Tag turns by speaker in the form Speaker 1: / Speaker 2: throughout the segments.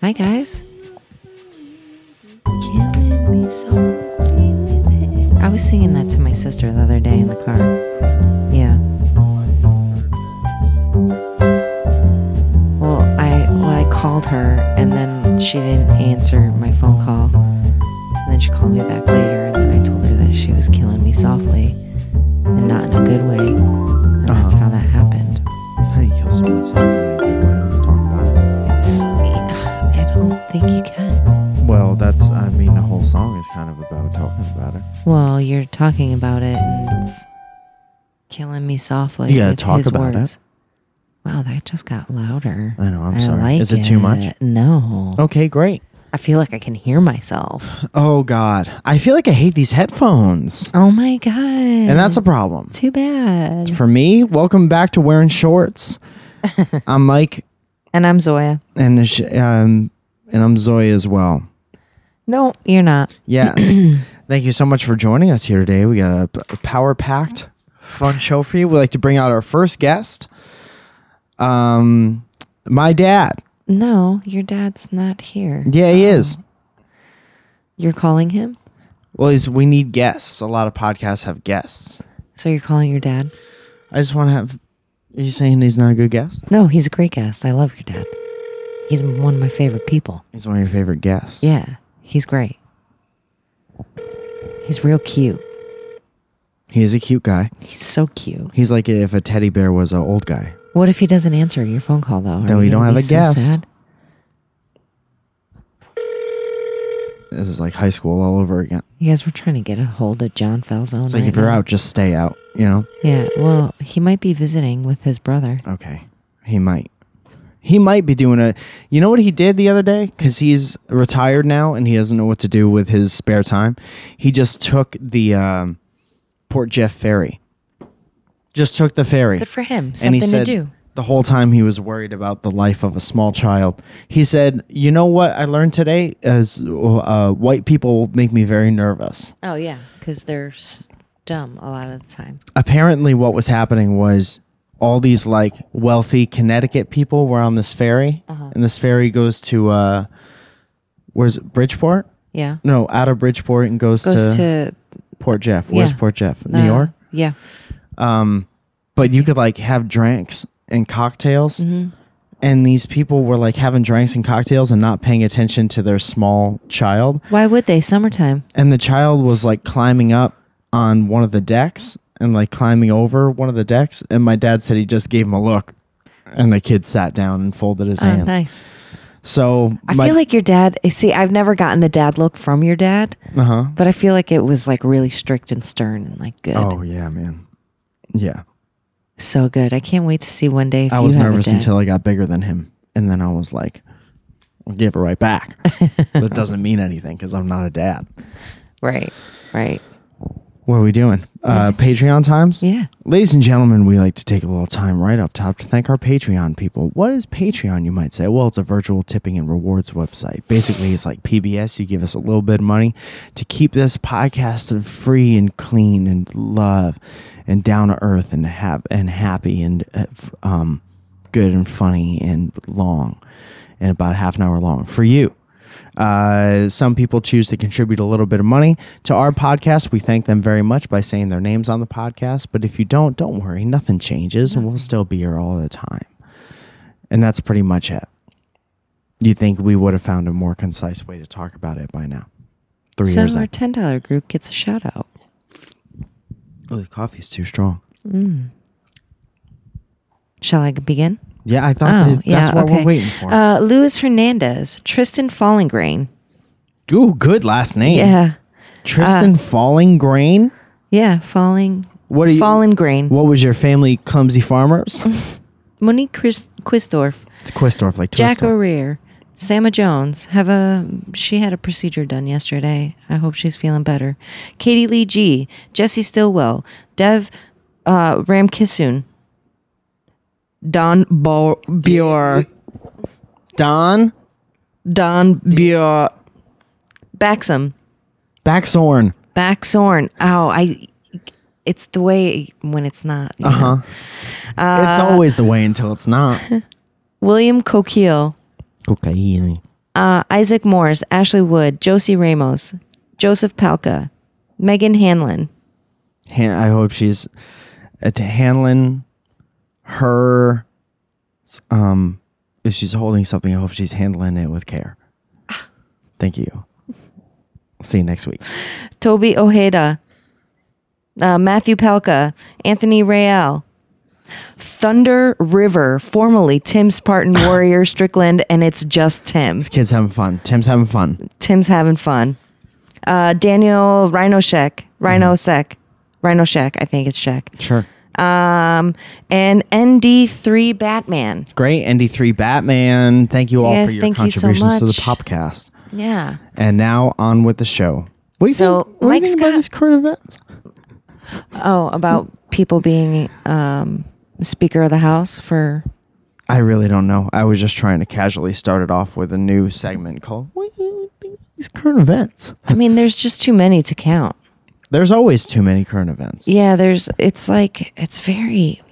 Speaker 1: Hi, guys. Killing me softly. I was singing that to my sister the other day in the car. Yeah. Well, I well, I called her and then she didn't answer my phone call. And then she called me back later and then I told her that she was killing me softly and not in a good way. And that's
Speaker 2: Uh-huh.
Speaker 1: how that happened.
Speaker 2: How do you kill someone softly? in a good way? Let's talk about
Speaker 1: It's, I don't think you can.
Speaker 2: it. Well, that's, I mean, the whole song is kind of about talking about it.
Speaker 1: Well, you're talking about it and it's killing me softly.
Speaker 2: You gotta
Speaker 1: with
Speaker 2: talk
Speaker 1: his
Speaker 2: about it.
Speaker 1: words. Wow, that just got louder.
Speaker 2: I know, I'm
Speaker 1: I
Speaker 2: sorry.
Speaker 1: like
Speaker 2: is it too much? Oh.
Speaker 1: No.
Speaker 2: Okay, great.
Speaker 1: I feel like I can hear myself.
Speaker 2: Oh, God. I feel like I hate these headphones.
Speaker 1: Oh my god. And
Speaker 2: And that's a problem.
Speaker 1: too bad.
Speaker 2: For me, welcome back to wearing shorts. I'm Mike,
Speaker 1: And I'm Zoya.
Speaker 2: and sh- um, and I'm Zoe as well.
Speaker 1: No, you're not.
Speaker 2: Yes. Thank you so much for joining us here today. We got a p- power packed fun show for you. We'd like to bring out our first guest, um, my dad.
Speaker 1: No, your dad's not here.
Speaker 2: Yeah, he is.
Speaker 1: You're calling him?
Speaker 2: Well, he's, we need guests. A lot of podcasts have guests.
Speaker 1: So you're calling your dad?
Speaker 2: I just want to have. Are you saying he's not a good guest?
Speaker 1: No, he's a great guest. I love your dad. He's one of my favorite people.
Speaker 2: He's one of your favorite guests.
Speaker 1: Yeah, he's great. He's real cute.
Speaker 2: He is a cute guy.
Speaker 1: He's so cute.
Speaker 2: He's like if a teddy bear was an old guy.
Speaker 1: What if he doesn't answer your phone call though? Are
Speaker 2: Then we
Speaker 1: you
Speaker 2: don't
Speaker 1: gonna
Speaker 2: have
Speaker 1: be
Speaker 2: a guest.
Speaker 1: sad?
Speaker 2: This is like high school all over again.
Speaker 1: You guys were trying to get a hold of John Falzone.
Speaker 2: It's like
Speaker 1: right
Speaker 2: if you're
Speaker 1: now.
Speaker 2: out, just stay out, you know?
Speaker 1: Yeah, well, he might be visiting with his brother.
Speaker 2: Okay. He might. He might be doing a. You know what he did the other day? Because he's retired now and he doesn't know what to do with his spare time. He just took the um, Port Jeff ferry. Just took the ferry.
Speaker 1: Good for him.
Speaker 2: and he
Speaker 1: Something
Speaker 2: said
Speaker 1: to do.
Speaker 2: the whole time he was worried about the life of a small child. He said, "You know what I learned today is uh, white people make me very nervous."
Speaker 1: Oh yeah, because they're s- dumb a lot of the time.
Speaker 2: apparently what was happening was all these like wealthy Connecticut people were on this ferry,
Speaker 1: Uh-huh.
Speaker 2: and this ferry goes to uh, where's it, Bridgeport?
Speaker 1: Yeah,
Speaker 2: No, out of Bridgeport and goes,
Speaker 1: goes
Speaker 2: to,
Speaker 1: to
Speaker 2: Port Jeff. Where's
Speaker 1: yeah.
Speaker 2: Port Jeff?
Speaker 1: uh,
Speaker 2: New York.
Speaker 1: Yeah,
Speaker 2: Um, But you could like have drinks and cocktails,
Speaker 1: Mm-hmm.
Speaker 2: and these people were like having drinks and cocktails and not paying attention to their small child,
Speaker 1: why would they? Summertime.
Speaker 2: and the child was like climbing up on one of the decks and like climbing over one of the decks and my dad said he just gave him a look and the kid sat down and folded his
Speaker 1: Oh,
Speaker 2: hands
Speaker 1: nice.
Speaker 2: so
Speaker 1: I feel like your dad. eh, See, I've never gotten the dad look from your dad,
Speaker 2: uh-huh
Speaker 1: but I feel like it was like really strict and stern and like good,
Speaker 2: oh yeah man yeah
Speaker 1: so good. I can't wait to see one day. If
Speaker 2: i
Speaker 1: you
Speaker 2: was
Speaker 1: have a
Speaker 2: nervous
Speaker 1: dad.
Speaker 2: until i got bigger than him and then i was like i'll give it right back that doesn't mean anything because i'm not a dad
Speaker 1: right, right.
Speaker 2: what are we doing uh patreon times
Speaker 1: Yeah.
Speaker 2: Ladies and gentlemen, we like to take a little time right up top to thank our Patreon people. What is Patreon, you might say? Well, it's a virtual tipping and rewards website. Basically, it's like PBS. You give us a little bit of money to keep this podcast free and clean and love and down to earth and have and happy and uh, f- um, good and funny and long and about half an hour long for you. Uh, some people choose to contribute a little bit of money to our podcast. We thank them very much by saying their names on the podcast. But if you don't, don't worry, nothing changes, and we'll still be here all the time. And that's pretty much it. You think we would have found a more concise way to talk about it by now? Three
Speaker 1: So
Speaker 2: years.
Speaker 1: our
Speaker 2: in.
Speaker 1: ten dollar group gets a shout out.
Speaker 2: Oh, the coffee's too strong.
Speaker 1: Shall I begin?
Speaker 2: Yeah, I thought
Speaker 1: Oh,
Speaker 2: that-
Speaker 1: yeah.
Speaker 2: that's what
Speaker 1: okay.
Speaker 2: we're waiting for.
Speaker 1: Uh, Luis Hernandez, Tristan Fallengrain.
Speaker 2: Ooh, good last name.
Speaker 1: Yeah. uh,
Speaker 2: Tristan Falling Grain.
Speaker 1: Yeah, falling.
Speaker 2: What are you?
Speaker 1: Fallen grain.
Speaker 2: What was your family? Clumsy farmers.
Speaker 1: Monique Chris, Quistorf,
Speaker 2: it's Quistorf, like
Speaker 1: Jack
Speaker 2: Twistorf.
Speaker 1: O'Rear, Sama Jones. Have a she had a procedure done yesterday. I hope she's feeling better. Katie Lee G, Jesse Stillwell, Dev uh, Ramkissoon, Don Bo- Bjor,
Speaker 2: Don
Speaker 1: Don Bjor, Baxam,
Speaker 2: Baxhorn.
Speaker 1: Baxorn. Oh, I. It's the way when it's not. you know.
Speaker 2: Uh-huh.
Speaker 1: Uh,
Speaker 2: it's always the way until it's not.
Speaker 1: William Coquille.
Speaker 2: Cocaine.
Speaker 1: uh, Isaac Morse, Ashley Wood, Josie Ramos, Joseph Palka, Megan Hanlon.
Speaker 2: Han- I hope she's uh, to Hanlon. Her, um, if she's holding something, I hope she's handling it with care. Thank you. See you next week.
Speaker 1: Toby Ojeda, uh, Matthew Pelka, Anthony Real, Thunder River, formerly Tim Spartan Warrior Strickland, and it's just Tim.
Speaker 2: This kid's having fun. Tim's having fun.
Speaker 1: Tim's having fun. Uh, Daniel Rhinoshek, Rhinosek, Rhinoshek, I think it's Shek.
Speaker 2: Sure.
Speaker 1: Um, and ND3 Batman.
Speaker 2: Great. ND3 Batman. Thank you all
Speaker 1: Yes,
Speaker 2: for your
Speaker 1: thank you so
Speaker 2: contributions to the
Speaker 1: much.
Speaker 2: podcast.
Speaker 1: Yeah.
Speaker 2: And now on with the show. What do you
Speaker 1: So,
Speaker 2: think, what do you
Speaker 1: Mike
Speaker 2: think about
Speaker 1: Scott-
Speaker 2: these current events?
Speaker 1: Oh, about people being um, Speaker of the House for.
Speaker 2: I really don't know. I was just trying to casually start it off with a new segment called What do you think of these current events?
Speaker 1: I mean, there's just too many to count.
Speaker 2: There's always too many current events.
Speaker 1: Yeah, there's it's like it's very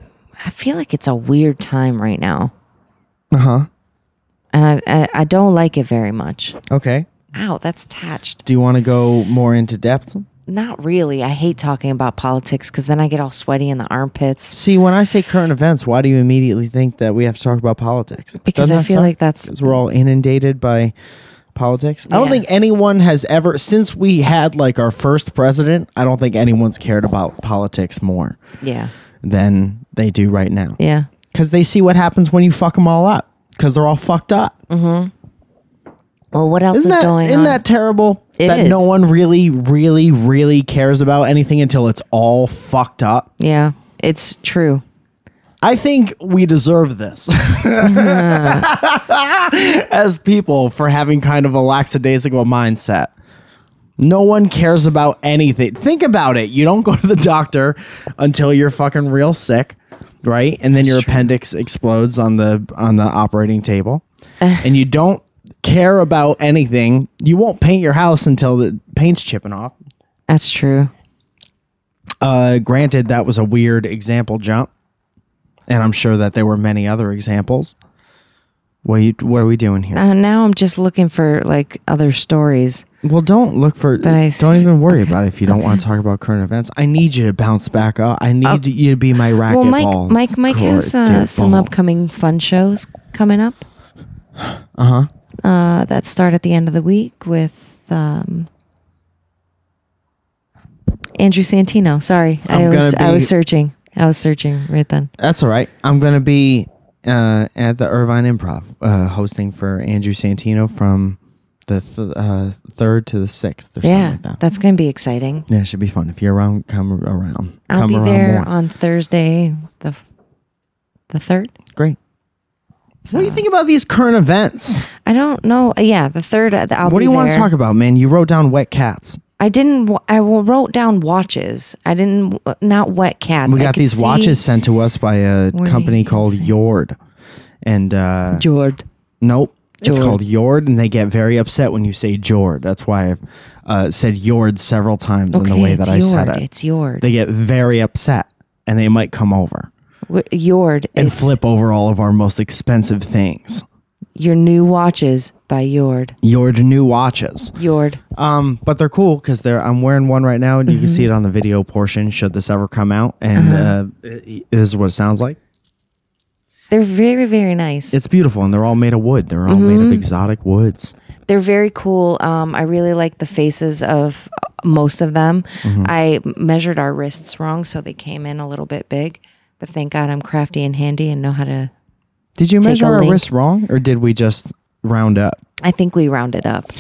Speaker 1: I feel like it's a weird time right now.
Speaker 2: Uh-huh.
Speaker 1: And I I, I don't like it very much.
Speaker 2: Okay.
Speaker 1: Ow, that's attached.
Speaker 2: Do you want to go more into depth?
Speaker 1: Not really. I hate talking about politics cuz then I get all sweaty in the armpits
Speaker 2: See, when I say current events, why do you immediately think that we have to talk about politics?
Speaker 1: because
Speaker 2: Doesn't
Speaker 1: I
Speaker 2: that
Speaker 1: feel
Speaker 2: suck?
Speaker 1: like that's
Speaker 2: because we're all inundated by politics. I don't
Speaker 1: Yeah.
Speaker 2: think anyone has ever since we had like our first president. I don't think anyone's cared about politics more
Speaker 1: yeah.
Speaker 2: than they do right now
Speaker 1: Yeah.
Speaker 2: because they see what happens when you fuck them all up because they're all fucked up.
Speaker 1: Well, what else
Speaker 2: Isn't
Speaker 1: is
Speaker 2: that
Speaker 1: going
Speaker 2: isn't
Speaker 1: on?
Speaker 2: that terrible?
Speaker 1: It
Speaker 2: that no
Speaker 1: is.
Speaker 2: one really, really, really cares about anything until it's all fucked up.
Speaker 1: yeah. It's true.
Speaker 2: I think we deserve this as people for having kind of a lackadaisical mindset. No one cares about anything. Think about it. You don't go to the doctor until you're fucking real sick, right? And then your appendix explodes on the on the operating table. and you don't care about anything. You won't paint your house until the paint's chipping off.
Speaker 1: That's true.
Speaker 2: Uh, granted, that was a weird example jump, and I'm sure that there were many other examples. What are you? What are we doing here?
Speaker 1: Uh, now I'm just looking for like other stories.
Speaker 2: Well, don't look for.
Speaker 1: I
Speaker 2: Don't
Speaker 1: s-
Speaker 2: even worry about it if you don't want to talk about current events. I need you to bounce back up. I need you to be my racquetball.
Speaker 1: Oh. Well, Mike, Mike, Mike has uh,
Speaker 2: court
Speaker 1: some
Speaker 2: ball.
Speaker 1: upcoming fun shows coming up. Uh-huh. That start at the end of the week with um, Andrew Santino. Sorry, i
Speaker 2: I'm gonna
Speaker 1: was I
Speaker 2: be-
Speaker 1: was searching. I was searching right then.
Speaker 2: That's all right. I'm gonna be uh, at the Irvine Improv uh, hosting for Andrew Santino from the th- uh, third to the sixth or
Speaker 1: yeah,
Speaker 2: something like that.
Speaker 1: that's going to be exciting.
Speaker 2: Yeah, it should be fun. If you're around, come around.
Speaker 1: I'll
Speaker 2: come
Speaker 1: be
Speaker 2: around
Speaker 1: there
Speaker 2: more.
Speaker 1: on Thursday the f- the third.
Speaker 2: Great.
Speaker 1: So-
Speaker 2: What do you think about these current events?
Speaker 1: I don't know. Yeah, the third. uh, I'll
Speaker 2: What do
Speaker 1: be
Speaker 2: you want to
Speaker 1: there.
Speaker 2: talk about, man? You wrote down wet cats.
Speaker 1: I didn't. wa- I wrote down watches. I didn't. Not wet cats.
Speaker 2: We
Speaker 1: I
Speaker 2: got
Speaker 1: could
Speaker 2: these
Speaker 1: see-
Speaker 2: watches sent to us by a
Speaker 1: Where
Speaker 2: company
Speaker 1: you can
Speaker 2: called
Speaker 1: see.
Speaker 2: Yord. And uh
Speaker 1: Jord.
Speaker 2: nope. It's
Speaker 1: Jord.
Speaker 2: called Yord, and they get very upset when you say Jord. That's why I've uh, said Yord several times in the way that
Speaker 1: it's
Speaker 2: I
Speaker 1: Yord.
Speaker 2: said it.
Speaker 1: It's Yord.
Speaker 2: They get very upset, and they might come over
Speaker 1: W- Yord.
Speaker 2: and
Speaker 1: it's
Speaker 2: flip over all of our most expensive things.
Speaker 1: Your new watches by Yord.
Speaker 2: Yord new watches.
Speaker 1: Yord.
Speaker 2: Um, but they're cool because they're. I'm wearing one right now, and you can see
Speaker 1: Mm-hmm.
Speaker 2: it on the video portion. Should this ever come out, and
Speaker 1: Uh-huh.
Speaker 2: uh it- it- this is what it sounds like.
Speaker 1: They're very very nice.
Speaker 2: It's beautiful, and they're all made of wood. They're all made
Speaker 1: Mm-hmm.
Speaker 2: of exotic woods.
Speaker 1: They're very cool. Um, I really like the faces of uh, most of them. I measured our wrists wrong, so they came in a little bit big. But thank God I'm crafty and handy and know how to.
Speaker 2: Did you
Speaker 1: Take
Speaker 2: measure
Speaker 1: a
Speaker 2: our
Speaker 1: link.
Speaker 2: wrist wrong, or did we just round up?
Speaker 1: I think we rounded up,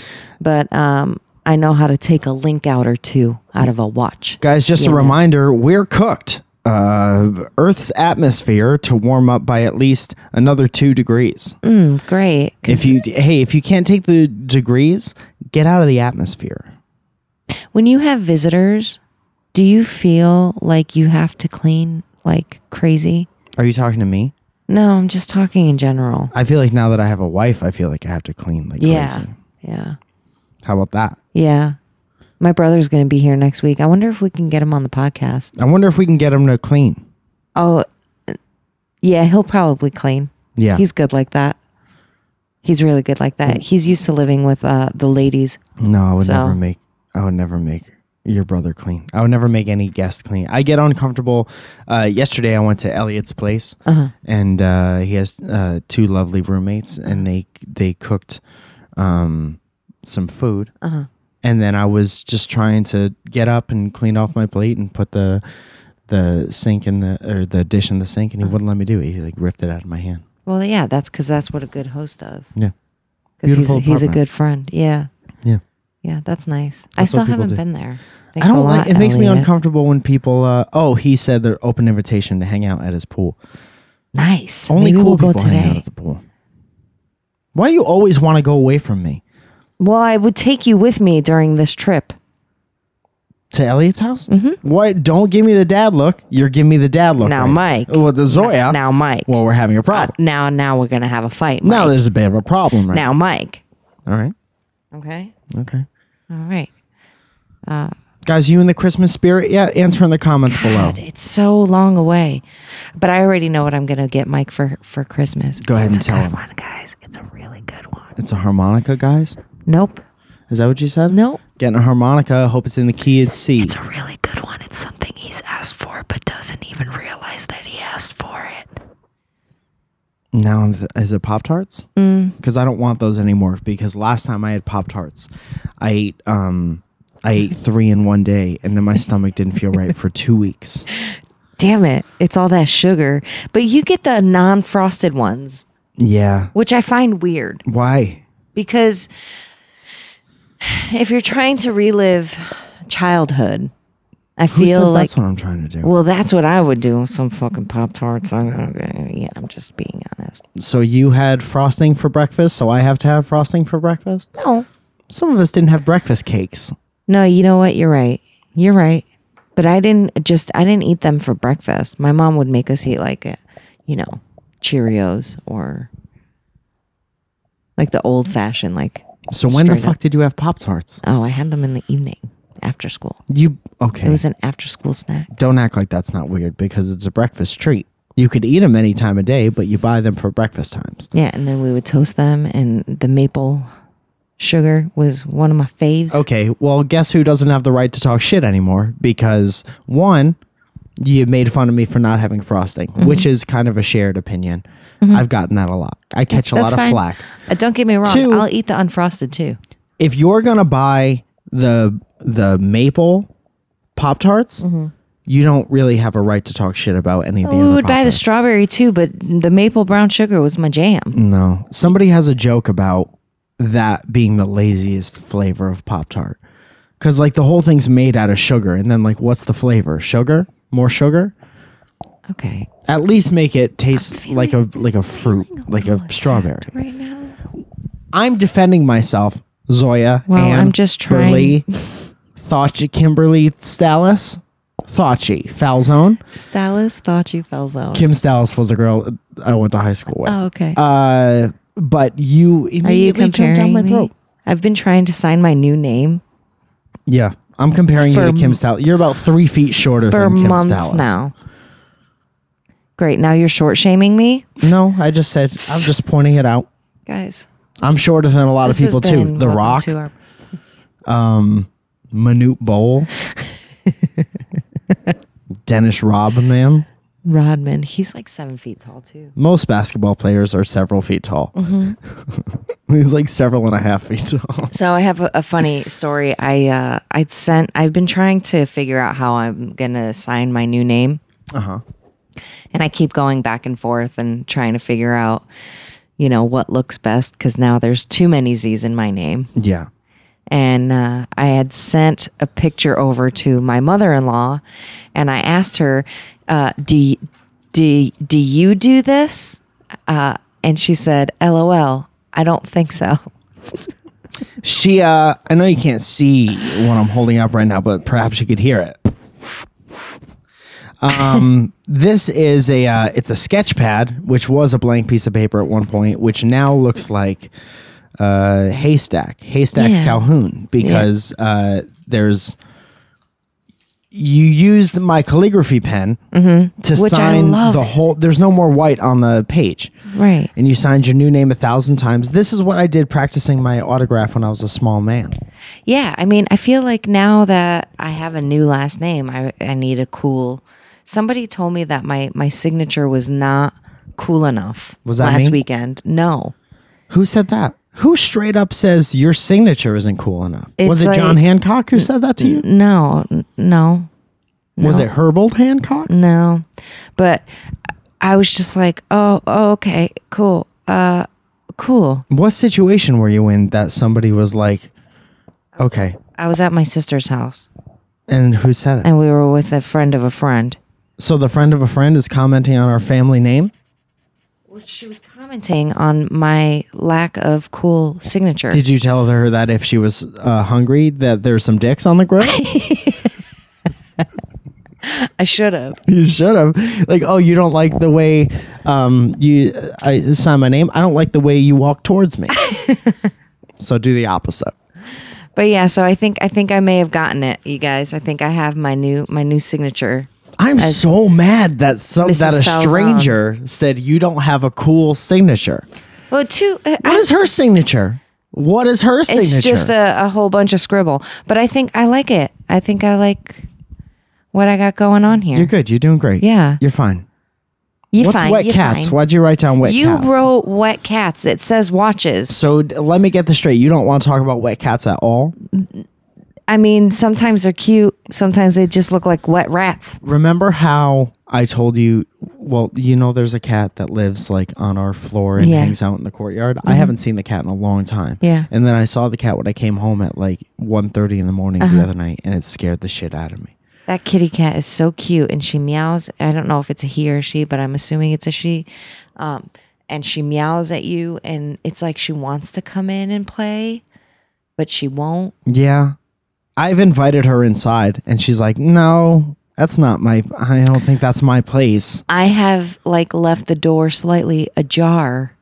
Speaker 1: but um, I know how to take a link out or two out of a watch.
Speaker 2: Guys, just a
Speaker 1: Yeah.
Speaker 2: reminder we're cooked. Uh, Earth's atmosphere to warm up by at least another two degrees.
Speaker 1: Mm, great. 'cause
Speaker 2: If you hey, if you can't take the degrees, get out of the atmosphere.
Speaker 1: When you have visitors, do you feel like you have to clean like crazy?
Speaker 2: Are you talking to me?
Speaker 1: No, I'm just talking in general.
Speaker 2: I feel like now that I have a wife, I feel like I have to clean like
Speaker 1: Yeah.
Speaker 2: crazy.
Speaker 1: Yeah.
Speaker 2: How about that?
Speaker 1: Yeah. My brother's going to be here next week. I wonder if we can get him on the podcast.
Speaker 2: I wonder if we can get him to clean.
Speaker 1: Oh, yeah, he'll probably clean.
Speaker 2: Yeah.
Speaker 1: He's good like that. He's really good like that. He's used to living with uh, the ladies.
Speaker 2: No, I would
Speaker 1: So-
Speaker 2: never make. I would never make your brother clean. I would never make any guest clean. I get uncomfortable. Uh, yesterday, I went to Elliot's place, and uh, he has uh, two lovely roommates, and they they cooked um, some food, and then I was just trying to get up and clean off my plate and put the the sink in the or the dish in the sink, and he wouldn't let me do it. He like ripped it out of my hand.
Speaker 1: Well, yeah, that's because that's what a good host does.
Speaker 2: Yeah,
Speaker 1: Because he's,
Speaker 2: Beautiful
Speaker 1: he's a
Speaker 2: apartment.
Speaker 1: good friend. Yeah.
Speaker 2: yeah.
Speaker 1: Yeah, that's nice. I
Speaker 2: That's
Speaker 1: still
Speaker 2: what people
Speaker 1: haven't
Speaker 2: do.
Speaker 1: been there.
Speaker 2: I
Speaker 1: Thanks a
Speaker 2: don't
Speaker 1: lot,
Speaker 2: like. It makes me
Speaker 1: Elliot.
Speaker 2: uncomfortable when people. Uh, oh, he said their open invitation to hang out at his pool.
Speaker 1: Nice.
Speaker 2: Only
Speaker 1: Maybe
Speaker 2: cool
Speaker 1: we'll go
Speaker 2: people hang out
Speaker 1: today.
Speaker 2: at the pool. Why do you always want to go away from me
Speaker 1: Well, I would take you with me during this trip.
Speaker 2: to Elliot's house? Mm-hmm. Why don't give me the dad look? You're giving me the dad look.
Speaker 1: Now,
Speaker 2: right
Speaker 1: Mike.
Speaker 2: Well, the Zoya.
Speaker 1: now, Mike.
Speaker 2: Oh, Well, we're having a problem.
Speaker 1: Now, now we're gonna have a fight. Mike.
Speaker 2: now there's a bit of a problem, right?
Speaker 1: now, Mike.
Speaker 2: All right.
Speaker 1: Okay.
Speaker 2: Okay.
Speaker 1: All right.
Speaker 2: Guys, you in the Christmas spirit? Yeah. Answer in the comments below.
Speaker 1: God, it's so long away, but I already know what I'm gonna get Mike for for Christmas.
Speaker 2: Go ahead
Speaker 1: it's
Speaker 2: and
Speaker 1: a
Speaker 2: tell
Speaker 1: good
Speaker 2: him.
Speaker 1: one, guys. It's a really good one.
Speaker 2: It's a harmonica, guys.
Speaker 1: Nope.
Speaker 2: Is that what you said?
Speaker 1: Nope.
Speaker 2: Getting a harmonica. Hope it's in the key of C.
Speaker 1: It's a really good one. It's something he's asked for, but doesn't even realize that he asked for it.
Speaker 2: Now I'm th- is it Pop Tarts?
Speaker 1: Mm.
Speaker 2: Because I don't want those anymore. Because last time I had Pop Tarts, I ate um I ate three in one day, and then my stomach didn't feel right for two weeks.
Speaker 1: Damn it! It's all that sugar. But you get the non-frosted ones,
Speaker 2: Yeah,
Speaker 1: which I find weird.
Speaker 2: why?
Speaker 1: because if you're trying to relive childhood, I
Speaker 2: Who
Speaker 1: feel
Speaker 2: says
Speaker 1: like
Speaker 2: that's what I'm trying to do?
Speaker 1: well, that's what I would do. Some fucking pop tarts. Yeah, I'm just being honest.
Speaker 2: so you had frosting for breakfast, so I have to have frosting for breakfast.
Speaker 1: No,
Speaker 2: Some of us didn't have breakfast cakes.
Speaker 1: no. You know what? You're right. You're right. But I didn't just. I didn't eat them for breakfast. My mom would make us eat like, uh, you know, Cheerios or like the old fashioned. Like,
Speaker 2: So when the
Speaker 1: Straight
Speaker 2: fuck did you have Pop Tarts?
Speaker 1: oh, I had them in the evening after school.
Speaker 2: You
Speaker 1: It
Speaker 2: okay?
Speaker 1: was an after school snack.
Speaker 2: don't act like that's not weird because it's a breakfast treat. You could eat them any time of day, but you buy them for breakfast times.
Speaker 1: Yeah, and then we would toast them, and the maple sugar was one of my faves.
Speaker 2: Okay, well, guess who doesn't have the right to talk shit anymore? Because one, you made fun of me for not having frosting,
Speaker 1: Mm-hmm.
Speaker 2: which is kind of a shared opinion. I've gotten that a lot. I catch a lot
Speaker 1: That's
Speaker 2: of
Speaker 1: fine.
Speaker 2: flack.
Speaker 1: Uh, don't get me wrong.
Speaker 2: Two-
Speaker 1: I'll eat the unfrosted too.
Speaker 2: If you're gonna buy the the maple pop tarts, you don't really have a right to talk shit about any of the
Speaker 1: we
Speaker 2: other
Speaker 1: Mm-hmm. would buy the
Speaker 2: Pop-Tarts.
Speaker 1: strawberry too, but the maple brown sugar was my jam.
Speaker 2: No, somebody has a joke about that being the laziest flavor of Pop Tart. Cause like the whole thing's made out of sugar, and then like, what's the flavor? Sugar? More sugar?
Speaker 1: Okay.
Speaker 2: At least make it taste like a like a fruit, like a strawberry.
Speaker 1: Right now,
Speaker 2: I'm defending myself, Zoya.
Speaker 1: Well,
Speaker 2: Ann,
Speaker 1: I'm just trying-
Speaker 2: Burley, Thought Kimberly Stallis, Thought Falzone.
Speaker 1: Stylus thought you fell zone.
Speaker 2: Kim Stallis was a girl I went to high school with.
Speaker 1: oh, okay.
Speaker 2: Uh, but you
Speaker 1: Are you
Speaker 2: immediately jumped down
Speaker 1: comparing
Speaker 2: my
Speaker 1: me?
Speaker 2: throat.
Speaker 1: I've been trying to sign my new name
Speaker 2: Yeah, I'm comparing you
Speaker 1: For-
Speaker 2: to Kim Stout. You're about three feet shorter
Speaker 1: for
Speaker 2: than Kim
Speaker 1: months
Speaker 2: Stout.
Speaker 1: now. Great. Now you're short shaming me,
Speaker 2: No, I just said I'm just pointing it out.
Speaker 1: guys.
Speaker 2: I'm shorter than a lot of
Speaker 1: this has
Speaker 2: people too.
Speaker 1: been
Speaker 2: The
Speaker 1: Welcome
Speaker 2: Rock,
Speaker 1: to our-
Speaker 2: Manute Bowl, Dennis Rodman.
Speaker 1: Rodman. He's like seven feet tall too.
Speaker 2: Most basketball players are several feet tall. He's like several and a half feet tall.
Speaker 1: So I have a, a funny story. I uh, I'd sent. I've been trying to figure out how I'm gonna sign my new name,
Speaker 2: Uh huh.
Speaker 1: and I keep going back and forth and trying to figure out, you know, what looks best because now there's too many Z's in my name.
Speaker 2: Yeah.
Speaker 1: And uh, I had sent a picture over to my mother-in-law, and I asked her, uh, "Do do do you do this?" Uh, and she said, "LOL, I don't think so."
Speaker 2: She, uh, I know you can't see what I'm holding up right now, but perhaps you could hear it. Um, this is a, uh, it's a sketch pad, which was a blank piece of paper at one point, which now looks like, uh, haystack, haystacks
Speaker 1: Yeah.
Speaker 2: Calhoun, because, uh, there's you used my calligraphy pen to
Speaker 1: Mm-hmm. Which I
Speaker 2: sign
Speaker 1: loved.
Speaker 2: the whole. There's no more white on the page,
Speaker 1: Right.
Speaker 2: and you signed your new name a thousand times. This is what I did practicing my autograph when I was a small man.
Speaker 1: Yeah, I mean, I feel like now that I have a new last name, I I need a cool. Somebody told me that my my signature was not cool enough
Speaker 2: Was that
Speaker 1: last
Speaker 2: me?
Speaker 1: weekend. No,
Speaker 2: Who said that? Who straight up says your signature isn't cool enough? was
Speaker 1: It's
Speaker 2: it John
Speaker 1: like-
Speaker 2: Hancock who said that to you?
Speaker 1: no, n- no,
Speaker 2: Was it Herbold Hancock?
Speaker 1: no. But I was just like, oh, oh okay, cool, uh, cool.
Speaker 2: What situation were you in that somebody was like, okay,
Speaker 1: I was at my sister's house
Speaker 2: and who said it?
Speaker 1: and we were with a friend of a friend.
Speaker 2: So the friend of a friend is commenting on our family name.
Speaker 1: Well, she was commenting on my lack of cool signature.
Speaker 2: Did you tell her that if she was uh, hungry, that there's some dicks on the grill?
Speaker 1: I should have.
Speaker 2: you should have. Like, oh, you don't like the way um, you I sign my name. I don't like the way you walk towards me. so do the opposite.
Speaker 1: But yeah, so I think I think I may have gotten it, you guys. I think I have my new my new signature.
Speaker 2: I'm
Speaker 1: As
Speaker 2: so mad that some
Speaker 1: Mrs.
Speaker 2: that a
Speaker 1: Falzon.
Speaker 2: stranger said you don't have a cool signature.
Speaker 1: Well, two. uh,
Speaker 2: What
Speaker 1: I,
Speaker 2: is her signature? What is her signature?
Speaker 1: it's just a, a whole bunch of scribble, but I think I like it. I think I like what I got going on here.
Speaker 2: You're good. You're doing great.
Speaker 1: Yeah.
Speaker 2: You're fine.
Speaker 1: You
Speaker 2: What's
Speaker 1: fine,
Speaker 2: wet
Speaker 1: you
Speaker 2: cats?
Speaker 1: fine.
Speaker 2: Why'd you write down wet
Speaker 1: you
Speaker 2: cats?
Speaker 1: wrote wet cats. It says watches.
Speaker 2: So d- let me get this straight. You don't want to talk about wet cats at all.
Speaker 1: I mean, sometimes they're cute. Sometimes they just look like wet rats.
Speaker 2: Remember how I told you? Well, you know, there's a cat that lives like on our floor and
Speaker 1: Yeah. Mm-hmm.
Speaker 2: hangs out in the courtyard. I haven't seen the cat in a long time.
Speaker 1: Yeah.
Speaker 2: And then I saw the cat when I came home at like 1.30 in the morning
Speaker 1: Uh-huh.
Speaker 2: the other night, and it scared the shit out of me.
Speaker 1: That kitty cat is so cute, and she meows. I don't know if it's a he or she, but I'm assuming it's a she. Um, and she meows at you, and it's like she wants to come in and play, but she won't.
Speaker 2: Yeah. I've invited her inside and she's like, "No, that's not my I don't think that's my place."
Speaker 1: I have like left the door slightly ajar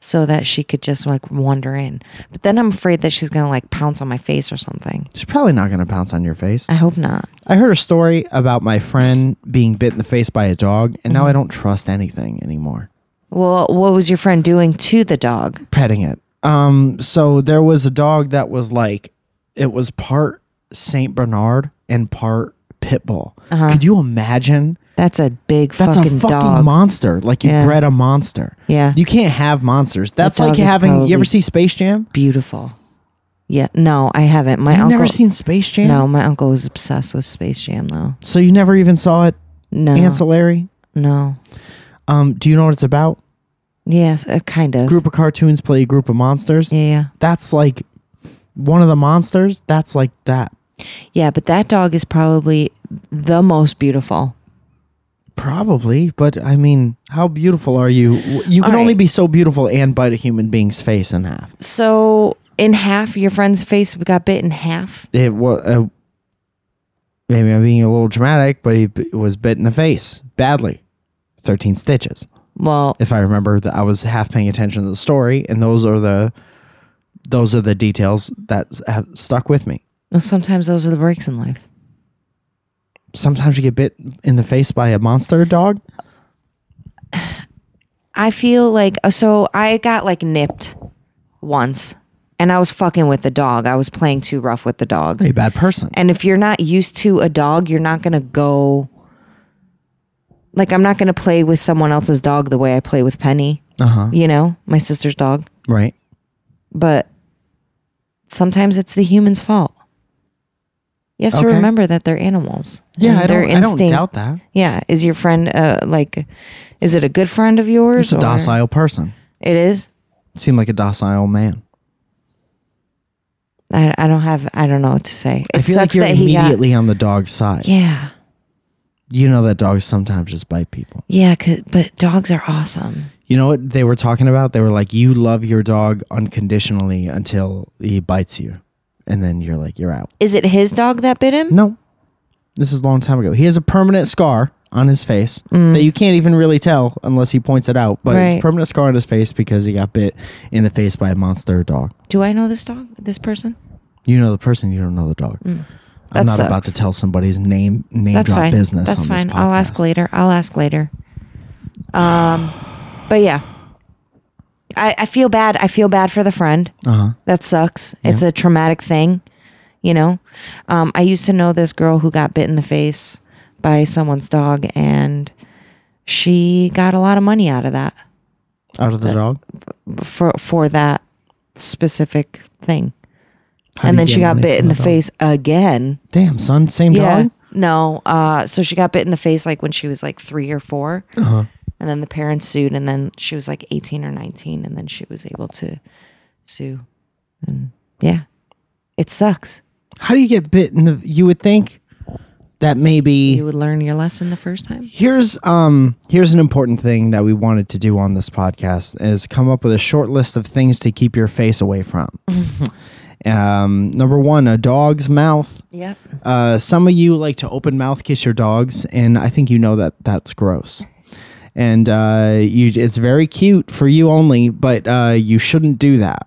Speaker 1: so that she could just like wander in. But then I'm afraid that she's gonna like pounce on my face or something.
Speaker 2: She's probably not going to pounce on your face.
Speaker 1: I hope not.
Speaker 2: I heard a story about my friend being bit in the face by a dog,
Speaker 1: Mm-hmm.
Speaker 2: and now I don't trust anything anymore.
Speaker 1: Well, what was your friend doing to the dog?
Speaker 2: Petting it. Um so there was a dog that was like it was part Saint Bernard and part pit bull. Could you imagine?
Speaker 1: That's a big
Speaker 2: That's
Speaker 1: Uh-huh. fucking,
Speaker 2: a fucking
Speaker 1: dog.
Speaker 2: monster. Like you
Speaker 1: Yeah.
Speaker 2: bred a monster.
Speaker 1: Yeah.
Speaker 2: You can't have monsters. That's
Speaker 1: dog
Speaker 2: like
Speaker 1: is
Speaker 2: having you ever
Speaker 1: probably-
Speaker 2: see Space Jam?
Speaker 1: Beautiful. Yeah. No, I haven't. My
Speaker 2: You've
Speaker 1: uncle.
Speaker 2: never seen Space Jam?
Speaker 1: No, my uncle was obsessed with Space Jam though.
Speaker 2: So you never even saw it
Speaker 1: No.
Speaker 2: ancillary?
Speaker 1: No.
Speaker 2: Um, do you know what it's about?
Speaker 1: Yes, uh, kind of.
Speaker 2: group of cartoons play a group of monsters.
Speaker 1: yeah, yeah.
Speaker 2: That's like one of the monsters. That's like that.
Speaker 1: Yeah, but that dog is probably the most beautiful.
Speaker 2: Probably, but I mean, how beautiful are you? W- You can
Speaker 1: All
Speaker 2: only
Speaker 1: right.
Speaker 2: be so beautiful and bite a human being's face in half.
Speaker 1: So in half, your friend's face got bit in half.
Speaker 2: It was uh, maybe I'm being a little dramatic, but he b- was bit in the face badly, thirteen stitches.
Speaker 1: Well,
Speaker 2: If I remember that, I was half paying attention to the story, and those are the those are the details that s- have stuck with me.
Speaker 1: sometimes those are the breaks in life.
Speaker 2: sometimes you get bit in the face by a monster dog.
Speaker 1: I feel like uh, so I got like nipped once, and I was fucking with the dog. I was playing too rough with the dog.
Speaker 2: A bad person.
Speaker 1: And if you're not used to a dog, you're not going to go. Like, I'm not going to play with someone else's dog the way I play with Penny,
Speaker 2: Uh huh.
Speaker 1: you know, my sister's dog.
Speaker 2: Right.
Speaker 1: But sometimes it's the human's fault. You have to
Speaker 2: Okay.
Speaker 1: remember that they're animals.
Speaker 2: Yeah,
Speaker 1: And
Speaker 2: I
Speaker 1: their
Speaker 2: don't. I don't doubt that.
Speaker 1: Yeah. Is your friend, uh, like, is it a good friend of yours?
Speaker 2: He's a
Speaker 1: or-
Speaker 2: docile person.
Speaker 1: It is?
Speaker 2: Seemed like a docile man.
Speaker 1: I, I don't have, I don't know what to say. It
Speaker 2: I feel like
Speaker 1: sucks
Speaker 2: you're
Speaker 1: that he got.
Speaker 2: immediately on the dog's side.
Speaker 1: Yeah.
Speaker 2: You know that dogs sometimes just bite people.
Speaker 1: Yeah. 'cause- but dogs are awesome.
Speaker 2: You know what they were talking about? They were like, "You love your dog unconditionally until he bites you, and then you're like, you're out."
Speaker 1: Is it his dog that bit him?
Speaker 2: No, this is a long time ago. He has a permanent scar on his face that you can't even really tell unless he points it out. But it's a
Speaker 1: Mm. Right.
Speaker 2: permanent scar on his face because he got bit in the face by a monster dog.
Speaker 1: Do I know this dog? This person?
Speaker 2: You know the person, you don't know the dog.
Speaker 1: Mm. That
Speaker 2: I'm not about
Speaker 1: sucks.
Speaker 2: to tell somebody's name name
Speaker 1: That's
Speaker 2: drop
Speaker 1: fine.
Speaker 2: business.
Speaker 1: That's
Speaker 2: on
Speaker 1: fine.
Speaker 2: This
Speaker 1: I'll ask
Speaker 2: podcast.
Speaker 1: later. I'll ask later. Um, but yeah, I, I feel bad. I feel bad for the friend.
Speaker 2: Uh-huh.
Speaker 1: That sucks. It's a traumatic thing, you know. Um, I used to know this girl who got bit in the face by someone's dog, and she got a lot of money out of that
Speaker 2: Out of the dog.
Speaker 1: for for that specific thing.
Speaker 2: How do you
Speaker 1: and then
Speaker 2: get
Speaker 1: she got
Speaker 2: money
Speaker 1: bit
Speaker 2: from
Speaker 1: in the
Speaker 2: dog?
Speaker 1: face again.
Speaker 2: Damn, son, same dog.
Speaker 1: No. Uh, so she got bit in the face like when she was like three or 4
Speaker 2: Uh-huh.
Speaker 1: And then the parents sued, and then she was like 18 or 19, and then she was able to sue. And yeah, it sucks.
Speaker 2: How do you get bit in the? You would think that maybe
Speaker 1: You would learn your lesson the first time.
Speaker 2: here's um here's an important thing that we wanted to do on this podcast is come up with a short list of things to keep your face away from. um, number one, a dog's mouth.
Speaker 1: Yep.
Speaker 2: Uh, some of you like to open mouth kiss your dogs, and I think you know that that's gross. And uh, you, it's very cute for you only, but uh, you shouldn't do that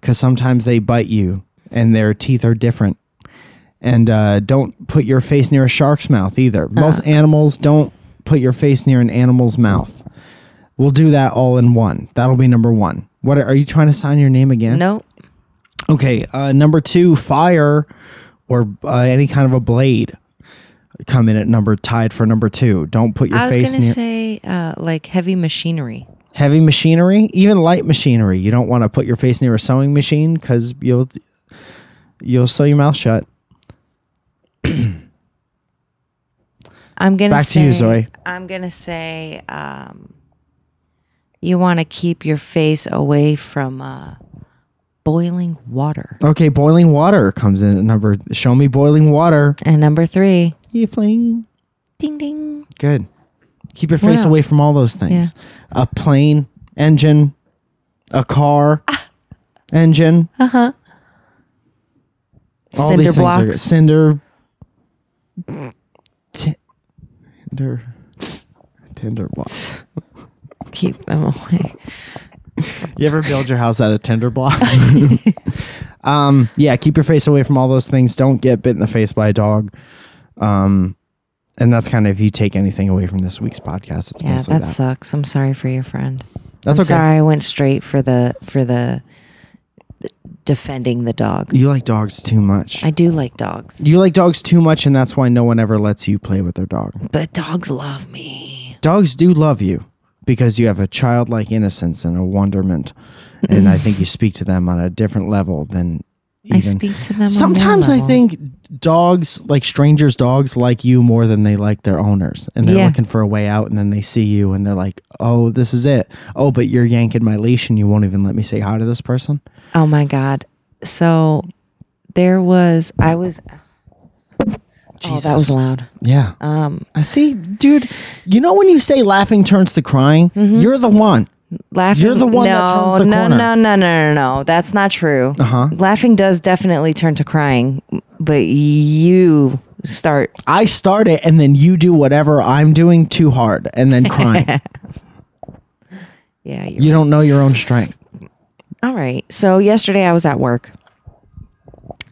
Speaker 2: because sometimes they bite you, and their teeth are different. And uh, don't put your face near a shark's mouth either. Most animals don't put your face near an animal's mouth. We'll do that all in one. That'll be number one. What are you trying to sign your name again?
Speaker 1: No.
Speaker 2: Okay, uh, number two, fire or uh, any kind of a blade come in at number tied for number two. Don't put your
Speaker 1: I was
Speaker 2: face
Speaker 1: going to
Speaker 2: near
Speaker 1: say uh, like heavy machinery.
Speaker 2: heavy machinery, even light machinery. You don't want to put your face near a sewing machine because you'll you'll sew your mouth shut.
Speaker 1: I'm going to
Speaker 2: Back
Speaker 1: say.
Speaker 2: to you, Zoe.
Speaker 1: I'm going to say um, you want to keep your face away from uh, boiling water.
Speaker 2: Okay, boiling water comes in at number. Show me boiling water.
Speaker 1: And number three,
Speaker 2: You fling.
Speaker 1: ding ding.
Speaker 2: Good. Keep your face
Speaker 1: Wow.
Speaker 2: away from all those things. A plane engine, a car engine. All
Speaker 1: Cinder
Speaker 2: these things are good.
Speaker 1: blocks.
Speaker 2: cinder, Ti- tinder, tinder blocks.
Speaker 1: Keep them away.
Speaker 2: You ever build your house out of tinder block? um, yeah, keep your face away from all those things. Don't get bit in the face by a dog. Um, and that's kind of if you take anything away from this week's podcast. It's
Speaker 1: Yeah,
Speaker 2: mostly
Speaker 1: that
Speaker 2: that.
Speaker 1: sucks. I'm sorry for your friend.
Speaker 2: That's
Speaker 1: I'm
Speaker 2: okay.
Speaker 1: sorry I went straight for the for the defending the dog.
Speaker 2: You like dogs too much.
Speaker 1: I do like dogs,
Speaker 2: you like dogs too much, and that's why no one ever lets you play with their dog.
Speaker 1: but dogs love me.
Speaker 2: dogs do love you because you have a childlike innocence and a wonderment and i think you speak to them on a different level than even
Speaker 1: I speak to them. on their
Speaker 2: sometimes i
Speaker 1: level.
Speaker 2: think dogs like strangers dogs like you more than they like their owners and they're
Speaker 1: Yeah.
Speaker 2: looking for a way out and then they see you and they're like oh this is it oh but you're yanking my leash and you won't even let me say hi to this person
Speaker 1: Oh my god! So there was. I was. Oh, that was loud.
Speaker 2: yeah um i see dude you know when you say laughing turns to crying
Speaker 1: Mm-hmm.
Speaker 2: you're the one
Speaker 1: Laughing.
Speaker 2: You're the one
Speaker 1: no,
Speaker 2: that turns the
Speaker 1: no,
Speaker 2: corner.
Speaker 1: No, no, no, no, no, no. That's not true. Uh-huh. Laughing does definitely turn to crying, but you start.
Speaker 2: I start it and then you do whatever I'm doing too hard and then crying.
Speaker 1: Yeah, you're
Speaker 2: you don't know your own strength.
Speaker 1: All right. So yesterday I was at work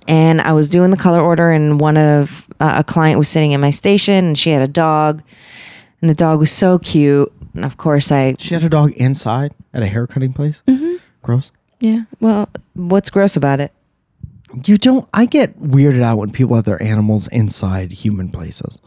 Speaker 1: and I was doing the color order and one of uh, a client was sitting at my station and she had a dog and the dog was so cute. And of course I
Speaker 2: She had a dog inside at a haircutting place. Mm-hmm. Gross.
Speaker 1: yeah, well, what's gross about it?
Speaker 2: You don't, I get weirded out when people have their animals inside human places.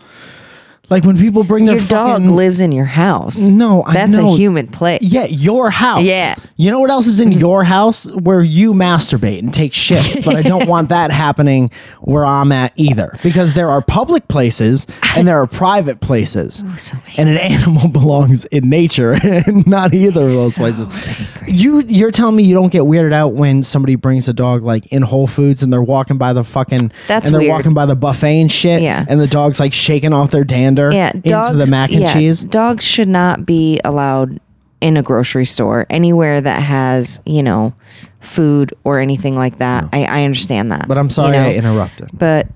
Speaker 2: Like when people bring their
Speaker 1: Your dog
Speaker 2: fucking-
Speaker 1: lives in your house.
Speaker 2: No, I
Speaker 1: That's
Speaker 2: know.
Speaker 1: a human place.
Speaker 2: Yeah, your house.
Speaker 1: Yeah. Mm-hmm.
Speaker 2: You know what else is in your house? Where you masturbate and take shits. But I don't want that happening where I'm at either. Because there are public places and there are private places.
Speaker 1: Oh, so angry.
Speaker 2: and an animal belongs in nature and not either of those
Speaker 1: So
Speaker 2: places.
Speaker 1: angry.
Speaker 2: You you're telling me you don't get weirded out when somebody brings a dog like in Whole Foods and they're walking by the fucking
Speaker 1: That's
Speaker 2: and they're
Speaker 1: weird.
Speaker 2: walking by the buffet and shit.
Speaker 1: Yeah.
Speaker 2: And the dog's like shaking off their dander
Speaker 1: Yeah,
Speaker 2: into the mac and
Speaker 1: yeah,
Speaker 2: cheese.
Speaker 1: Dogs should not be allowed in a grocery store anywhere that has you know food or anything like that. I, I understand that,
Speaker 2: But I'm
Speaker 1: you
Speaker 2: sorry
Speaker 1: know?
Speaker 2: I interrupted.
Speaker 1: But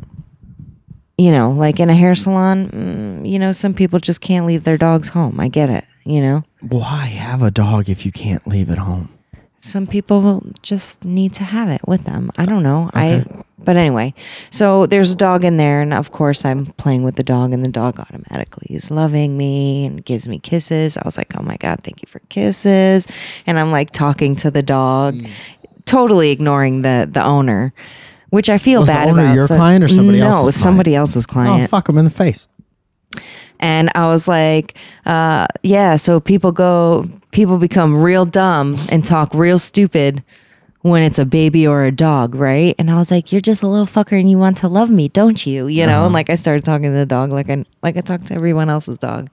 Speaker 1: you know, like in a hair salon, mm, you know, some people just can't leave their dogs home. I get it. You know,
Speaker 2: Why have a dog if you can't leave it home?
Speaker 1: some people just need to have it with them. I don't know. I But anyway, so there's a dog in there, and of course I'm playing with the dog, and the dog automatically is loving me and gives me kisses. I was like, oh my god, thank you for kisses, and I'm like talking to the dog,
Speaker 2: Mm.
Speaker 1: totally ignoring the the owner, which I feel
Speaker 2: Was the
Speaker 1: bad
Speaker 2: owner
Speaker 1: about.
Speaker 2: your client or somebody
Speaker 1: no,
Speaker 2: else's
Speaker 1: it was somebody
Speaker 2: client?
Speaker 1: else's
Speaker 2: Oh,
Speaker 1: client.
Speaker 2: fuck him in the face.
Speaker 1: And I was like, uh, yeah, so people go, people become real dumb and talk real stupid when it's a baby or a dog, right? And I was like, you're just a little fucker and you want to love me, don't you? You know, and like I started talking to the dog like I like I talked to everyone else's dog.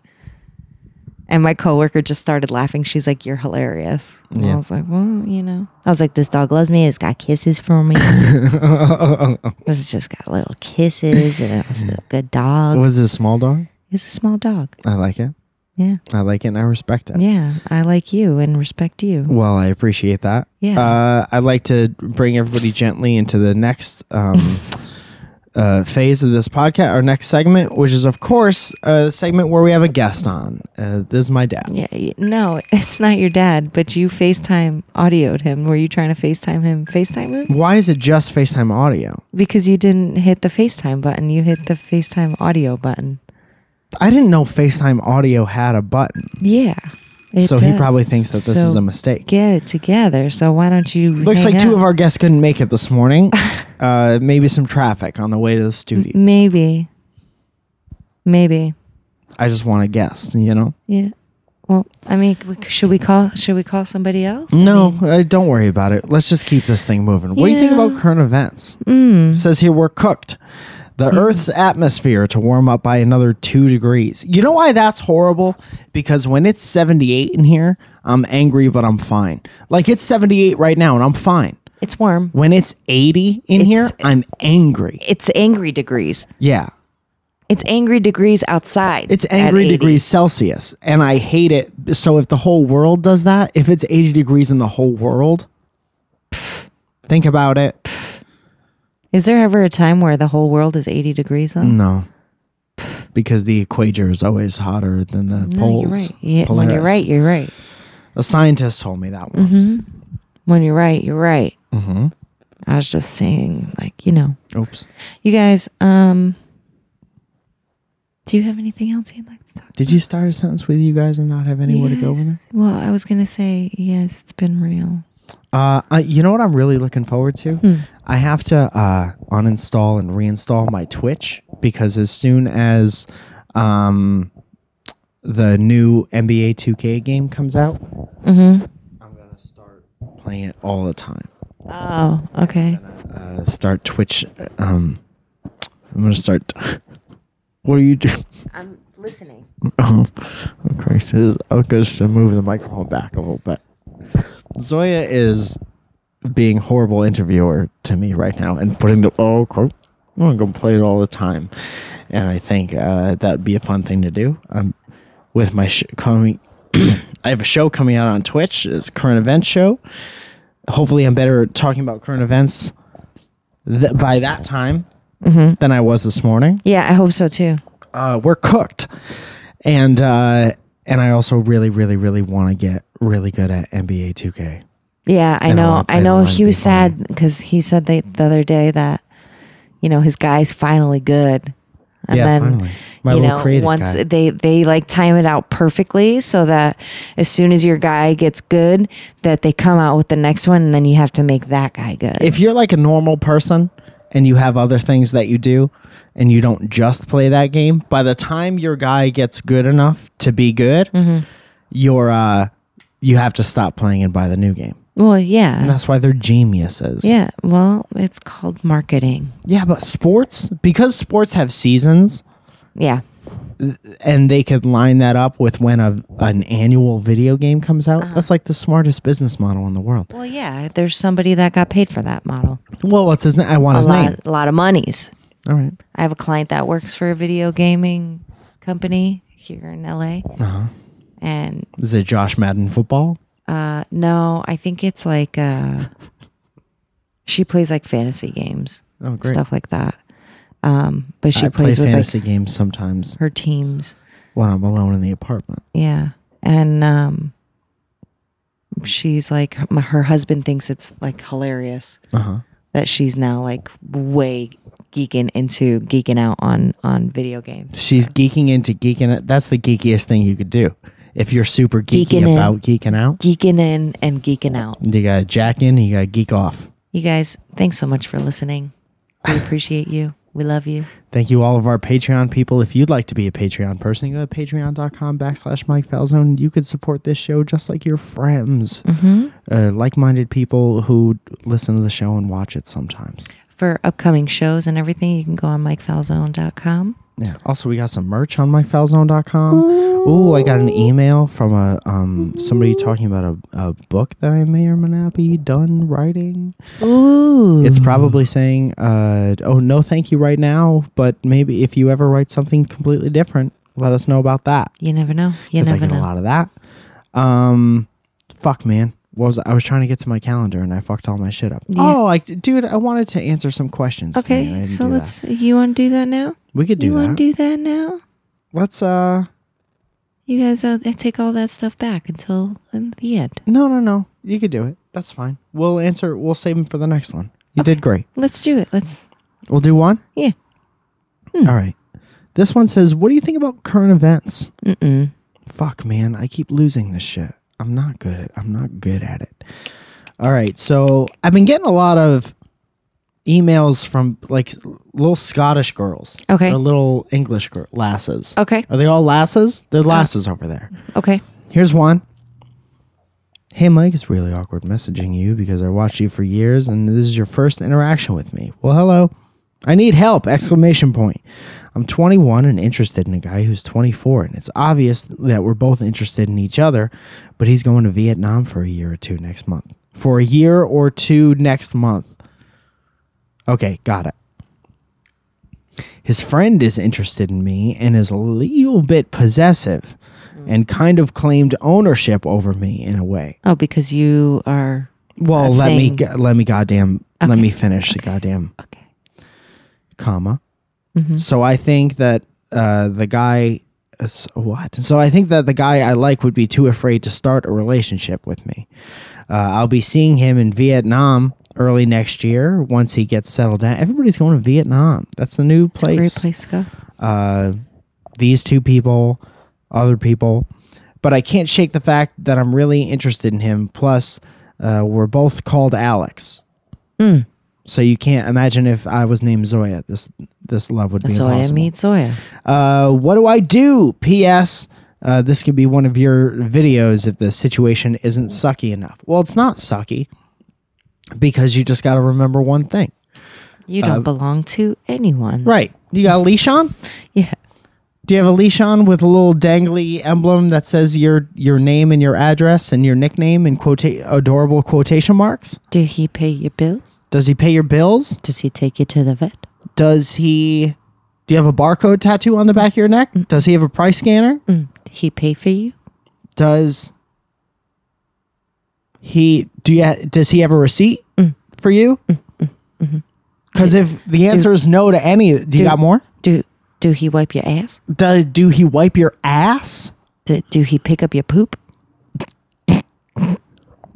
Speaker 1: And my coworker just started laughing. She's like, "You're hilarious." And
Speaker 2: Yeah.
Speaker 1: I was like, "Well, you know." I was like, "This dog loves me. It's got kisses for me. it's just got little kisses, and it was a good dog.
Speaker 2: Was it a small dog?
Speaker 1: It's a small dog.
Speaker 2: I like it.
Speaker 1: Yeah."
Speaker 2: I like it and I respect it.
Speaker 1: Yeah, I like you and respect you.
Speaker 2: Well, I appreciate that.
Speaker 1: Yeah.
Speaker 2: Uh, I'd like to bring everybody gently into the next um, uh, phase of this podcast, our next segment, which is, of course, uh, the segment where we have a guest on. Uh, this is my dad.
Speaker 1: Yeah, y- no, it's not your dad, but you FaceTime audioed him. Were you trying to FaceTime him? FaceTime him?
Speaker 2: Why is it just FaceTime audio?
Speaker 1: Because you didn't hit the FaceTime button. You hit the FaceTime audio button.
Speaker 2: I didn't know FaceTime audio had a button.
Speaker 1: Yeah. it
Speaker 2: so he
Speaker 1: does.
Speaker 2: probably thinks that this
Speaker 1: So
Speaker 2: is a mistake.
Speaker 1: Get it together. So why don't you?
Speaker 2: Looks
Speaker 1: hang
Speaker 2: like two
Speaker 1: out?
Speaker 2: of our guests couldn't make it this morning. uh, maybe some traffic on the way to the
Speaker 1: Mm.
Speaker 2: studio.
Speaker 1: Maybe. Maybe.
Speaker 2: I just want a guest, you know?
Speaker 1: Yeah. Well, I mean, we- should we call? Should we call somebody else? I
Speaker 2: No,
Speaker 1: mean-
Speaker 2: uh, don't worry about it. Let's just keep this thing moving. What do you think
Speaker 1: Yeah. Mm.
Speaker 2: about current events? It says here we're cooked. The Earth's atmosphere to warm up by another two degrees. You know why that's horrible? Because when it's 78 in here, I'm angry, but I'm fine. Like it's 78 right now, and I'm fine.
Speaker 1: it's warm.
Speaker 2: When it's 80 in
Speaker 1: It's-
Speaker 2: here, I'm angry.
Speaker 1: It's angry degrees.
Speaker 2: Yeah.
Speaker 1: It's angry degrees outside.
Speaker 2: It's
Speaker 1: at
Speaker 2: angry
Speaker 1: 80.
Speaker 2: degrees Celsius, and I hate it. So if the whole world does that, if it's 80 degrees in the whole world, think about it.
Speaker 1: Is there ever a time where the whole world is 80 degrees though?
Speaker 2: No. Because the equator is always hotter than the
Speaker 1: No,
Speaker 2: poles.
Speaker 1: you're right. Yeah, when you're
Speaker 2: Polaris.
Speaker 1: right, Mm-hmm. you're right.
Speaker 2: A scientist told me that once.
Speaker 1: When you're right, you're right.
Speaker 2: Mm-hmm.
Speaker 1: I was just saying, like, you know,
Speaker 2: Oops.
Speaker 1: you guys, um, do you have anything else you'd like to talk
Speaker 2: Did you start a sentence with you guys and not have anywhere to go with it?
Speaker 1: Well, I was going to say, yes, it's been real.
Speaker 2: Uh, I, you know what I'm really looking forward to? I have to uh, uninstall and reinstall my Twitch because as soon as um, the new NBA 2K game comes out, I'm going to start playing it all the time.
Speaker 1: Oh, okay.
Speaker 2: uh, start Twitch. Um, I'm gonna start. what are you doing?
Speaker 1: I'm listening.
Speaker 2: Oh, oh Christ! I'm gonna move the microphone back a little bit. Zoya is being horrible interviewer to me right now and putting the oh, crap, I'm gonna play it all the time, and I think uh, that'd be a fun thing to do. Um, with my sh- coming, I have a show coming out on Twitch. It's a current event show. Hopefully, I'm better at talking about current events th- by that time than I was this morning
Speaker 1: Yeah, I hope so too.
Speaker 2: uh, we're cooked. And uh, and I also really, really, really want to get really good at NBA 2K.
Speaker 1: Yeah, I
Speaker 2: I
Speaker 1: know.
Speaker 2: wanna-
Speaker 1: I
Speaker 2: I
Speaker 1: know
Speaker 2: wanna
Speaker 1: he was
Speaker 2: be
Speaker 1: sad because he said they, the other day that you know his guy's finally good, and
Speaker 2: Yeah,
Speaker 1: then
Speaker 2: finally. My
Speaker 1: you
Speaker 2: little
Speaker 1: know
Speaker 2: creative
Speaker 1: once
Speaker 2: guy.
Speaker 1: they they like time it out perfectly so that as soon as your guy gets good, that they come out with the next one, and then you have to make that guy good.
Speaker 2: If you're like a normal person and you have other things that you do and you don't just play that game, by the time your guy gets good enough to be good,
Speaker 1: Mm-hmm.
Speaker 2: you're uh, you have to stop playing and buy the new game.
Speaker 1: well, yeah,
Speaker 2: And that's why they're geniuses.
Speaker 1: yeah. Well, it's called marketing.
Speaker 2: Yeah, but sports, because sports have seasons,
Speaker 1: Yeah,
Speaker 2: and they could line that up with when a, an annual video game comes out.
Speaker 1: Uh-huh.
Speaker 2: That's like the smartest business model in the world.
Speaker 1: well, yeah. There's somebody that got paid for that model.
Speaker 2: Well, what's his name? I want
Speaker 1: A
Speaker 2: his name.
Speaker 1: lot, a lot of monies.
Speaker 2: All right.
Speaker 1: I have a client that works for a video gaming company here in LA.
Speaker 2: Uh-huh.
Speaker 1: And
Speaker 2: Is it Josh Madden football?
Speaker 1: uh, no, I think it's like uh, she plays like fantasy games,
Speaker 2: Oh, great.
Speaker 1: stuff like that. Um, but she
Speaker 2: I play
Speaker 1: plays with
Speaker 2: fantasy
Speaker 1: like
Speaker 2: games sometimes
Speaker 1: her teams.
Speaker 2: when I'm alone in the apartment.
Speaker 1: Yeah. And um, she's like, her husband thinks it's like hilarious.
Speaker 2: Uh huh.
Speaker 1: that she's now like way geeking into geeking out on on video games.
Speaker 2: She's geeking into geeking. That's the geekiest thing you could do. If you're super geeky
Speaker 1: Geeking in.
Speaker 2: about geeking out,
Speaker 1: Geeking in and geeking out.
Speaker 2: you got to jack in and you got to geek off.
Speaker 1: You guys, thanks so much for listening. We appreciate you. We love you.
Speaker 2: Thank you, all of our Patreon people. If you'd like to be a Patreon person, you go to patreon.com backslash Mike Falzone. You could support this show just like your friends, uh, like minded people who listen to the show and watch it sometimes.
Speaker 1: For upcoming shows and everything, you can go on MikeFalzone.com.
Speaker 2: Yeah. Also, we got some merch on MikeFalzone.com. Ooh, I got an email from a um, somebody talking about a, a book that I may or may not be done writing.
Speaker 1: Ooh.
Speaker 2: It's probably saying, uh, oh, no, thank you right now, but maybe if you ever write something completely different, let us know about that.
Speaker 1: you never know. You
Speaker 2: Because I
Speaker 1: never
Speaker 2: get a
Speaker 1: know.
Speaker 2: lot of that. Um, fuck, man. What was I was trying to get to my calendar and I fucked all my shit up.
Speaker 1: Yeah.
Speaker 2: Oh, like, dude, I wanted to answer some questions. today, and I
Speaker 1: Okay,
Speaker 2: didn't
Speaker 1: so
Speaker 2: do that.
Speaker 1: let's. You want to do that now?
Speaker 2: we could do
Speaker 1: you
Speaker 2: that.
Speaker 1: want to do that now?
Speaker 2: let's uh,
Speaker 1: You guys, uh, take all that stuff back until the end.
Speaker 2: no, no, no. You could do it. That's fine. We'll answer. We'll save them for the next one. You did great.
Speaker 1: Let's do it. Let's.
Speaker 2: We'll do one.
Speaker 1: Yeah.
Speaker 2: All right. This one says, "What do you think about current events?"
Speaker 1: Mm-mm.
Speaker 2: Fuck, man. I keep losing this shit. I'm not good at I'm not good at it. All right. So, I've been getting a lot of emails from like little Scottish girls.
Speaker 1: Okay.
Speaker 2: Or little English girl, lasses.
Speaker 1: Okay. Uh,
Speaker 2: Are they all lasses? They're lasses over there.
Speaker 1: Okay.
Speaker 2: Here's one. Hey Mike, it's really awkward messaging you because I watched you for years and this is your first interaction with me. Well, hello. I need help! Exclamation point. I'm 21 and interested in a guy who's 24, and it's obvious that we're both interested in each other, but he's going to Vietnam for a year or two next month. For a year or two next month. Okay, got it. His friend is interested in me and is a little bit possessive
Speaker 1: Mm.
Speaker 2: and kind of claimed ownership over me in a way.
Speaker 1: Oh, because you are.
Speaker 2: Well, let me
Speaker 1: thing.
Speaker 2: go- let me goddamn let me finish the goddamn
Speaker 1: Okay.
Speaker 2: comma.
Speaker 1: Mm-hmm.
Speaker 2: So I think that uh, the guy uh, s- what? So I think that the guy I like would be too afraid to start a relationship with me. Uh, I'll be seeing him in Vietnam early next year once he gets settled down. Everybody's going to Vietnam. That's the new place.
Speaker 1: Great place to go.
Speaker 2: uh, these two people, other people, but I can't shake the fact that I'm really interested in him. Plus, uh, we're both called Alex, so you can't imagine if I was named Zoya. This this love would be
Speaker 1: Zoya
Speaker 2: impossible.
Speaker 1: meets Zoya.
Speaker 2: Uh, what do I do? P.S. Uh, this could be one of your videos if the situation isn't sucky enough. Well, it's not sucky because you just got to remember one thing,
Speaker 1: You don't belong to anyone.
Speaker 2: Um, right? You got a leash on.
Speaker 1: Yeah.
Speaker 2: Do you have a leash on with a little dangly emblem that says your your name and your address and your nickname in quote adorable quotation marks?
Speaker 1: Did he pay your bills?
Speaker 2: Does he pay your bills?
Speaker 1: Does he take you to the vet?
Speaker 2: Does he? Do you have a barcode tattoo on the back of your neck? Does he have a price scanner?
Speaker 1: Did he pay for you?
Speaker 2: Does he? Do you? ha- Does he have a receipt for you? Because if the answer is no to any, mm-hmm. do you got more?
Speaker 1: Do do he wipe your ass?
Speaker 2: Do, do he wipe your ass?
Speaker 1: Do, do he pick up your poop?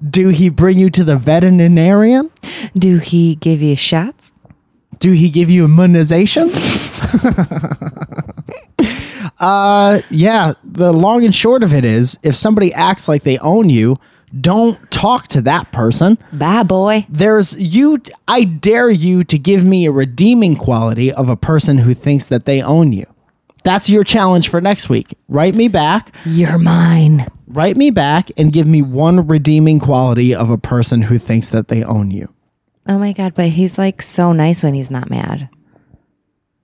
Speaker 2: Do he bring you to the veterinarian?
Speaker 1: Do he give you shots?
Speaker 2: Do he give you immunizations? uh, yeah. The long and short of it is, if somebody acts like they own you, don't talk to that person.
Speaker 1: Bye, boy.
Speaker 2: There's you. I dare you to give me a redeeming quality of a person who thinks that they own you. That's your challenge for next week. Write me back.
Speaker 1: You're mine.
Speaker 2: Write me back and give me one redeeming quality of a person who thinks that they own you.
Speaker 1: Oh my god, but he's like so nice when he's not mad.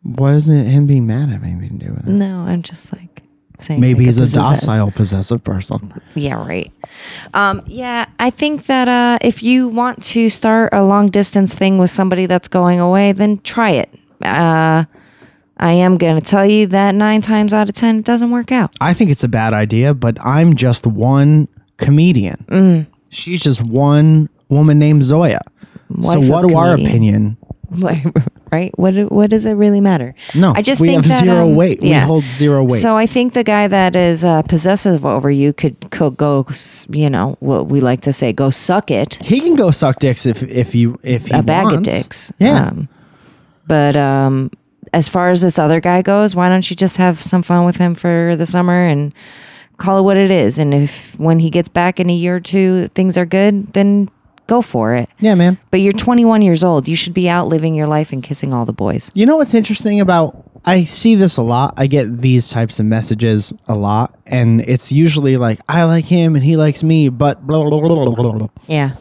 Speaker 2: What doesn't him being mad at me do with it?
Speaker 1: No, I'm just like saying.
Speaker 2: Maybe
Speaker 1: like,
Speaker 2: he's a
Speaker 1: this is us.
Speaker 2: docile, possessive person.
Speaker 1: Yeah, right. Um, yeah, I think that uh, if you want to start a long distance thing with somebody that's going away, then try it. Uh, I am going to tell you that nine times out of 10, it doesn't work out.
Speaker 2: I think it's a bad idea, but I'm just one comedian.
Speaker 1: Mm.
Speaker 2: She's just one woman named Zoya.
Speaker 1: Wife
Speaker 2: so,
Speaker 1: of
Speaker 2: what do our
Speaker 1: comedian.
Speaker 2: opinion
Speaker 1: right? What what does it really matter?
Speaker 2: No,
Speaker 1: I just
Speaker 2: we
Speaker 1: think
Speaker 2: have
Speaker 1: that,
Speaker 2: zero
Speaker 1: um,
Speaker 2: weight.
Speaker 1: yeah.
Speaker 2: We hold zero weight.
Speaker 1: So I think the guy that is uh, possessive over you could could go, s- you know, what we like to say, go suck it,
Speaker 2: he can go suck dicks if if you if he
Speaker 1: a bag
Speaker 2: wants.
Speaker 1: of dicks.
Speaker 2: Yeah,
Speaker 1: Um, but um, as far as this other guy goes, why don't you just have some fun with him for the summer and call it what it is? And if when he gets back in a year or two, things are good, then go for it.
Speaker 2: yeah, man.
Speaker 1: But you're 21 years old. You should be out living your life and kissing all the boys.
Speaker 2: You know what's interesting about I see this a lot. I get these types of messages a lot, and it's usually like I like him and he likes me, but blah blah blah blah blah. blah.
Speaker 1: Yeah.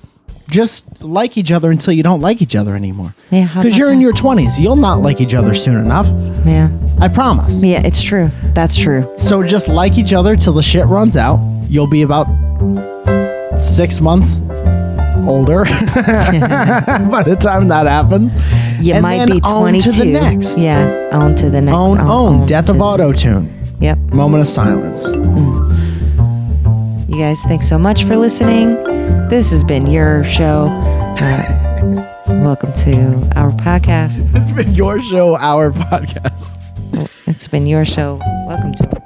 Speaker 2: Just like each other until you don't like each other anymore.
Speaker 1: Yeah, how
Speaker 2: because
Speaker 1: about
Speaker 2: you're in
Speaker 1: that?
Speaker 2: your twenties, you'll not like each other soon enough.
Speaker 1: Yeah.
Speaker 2: I promise.
Speaker 1: Yeah, it's true. That's true.
Speaker 2: So just like each other till the shit runs out. You'll be about six months older by the time that happens.
Speaker 1: You
Speaker 2: And
Speaker 1: might
Speaker 2: then
Speaker 1: be 22.
Speaker 2: on to the next.
Speaker 1: Yeah. On to the next.
Speaker 2: Own,
Speaker 1: on-
Speaker 2: own, Death
Speaker 1: to
Speaker 2: of
Speaker 1: the-
Speaker 2: Auto Tune.
Speaker 1: Yep.
Speaker 2: Moment of silence.
Speaker 1: You guys, thanks so much for listening. This has been your show. Uh, welcome to our podcast.
Speaker 2: It's been your show, our podcast.
Speaker 1: It's been your show. Welcome to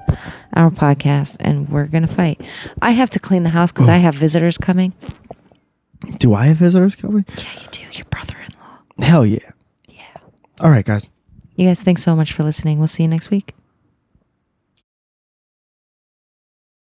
Speaker 1: our podcast, and we're gonna fight. I have to clean the house because I have visitors coming.
Speaker 2: Do I have visitors coming?
Speaker 1: Yeah, you do. Your brother-in-law.
Speaker 2: Hell yeah.
Speaker 1: Yeah.
Speaker 2: All right, guys.
Speaker 1: You guys, thanks so much for listening. We'll see you next week.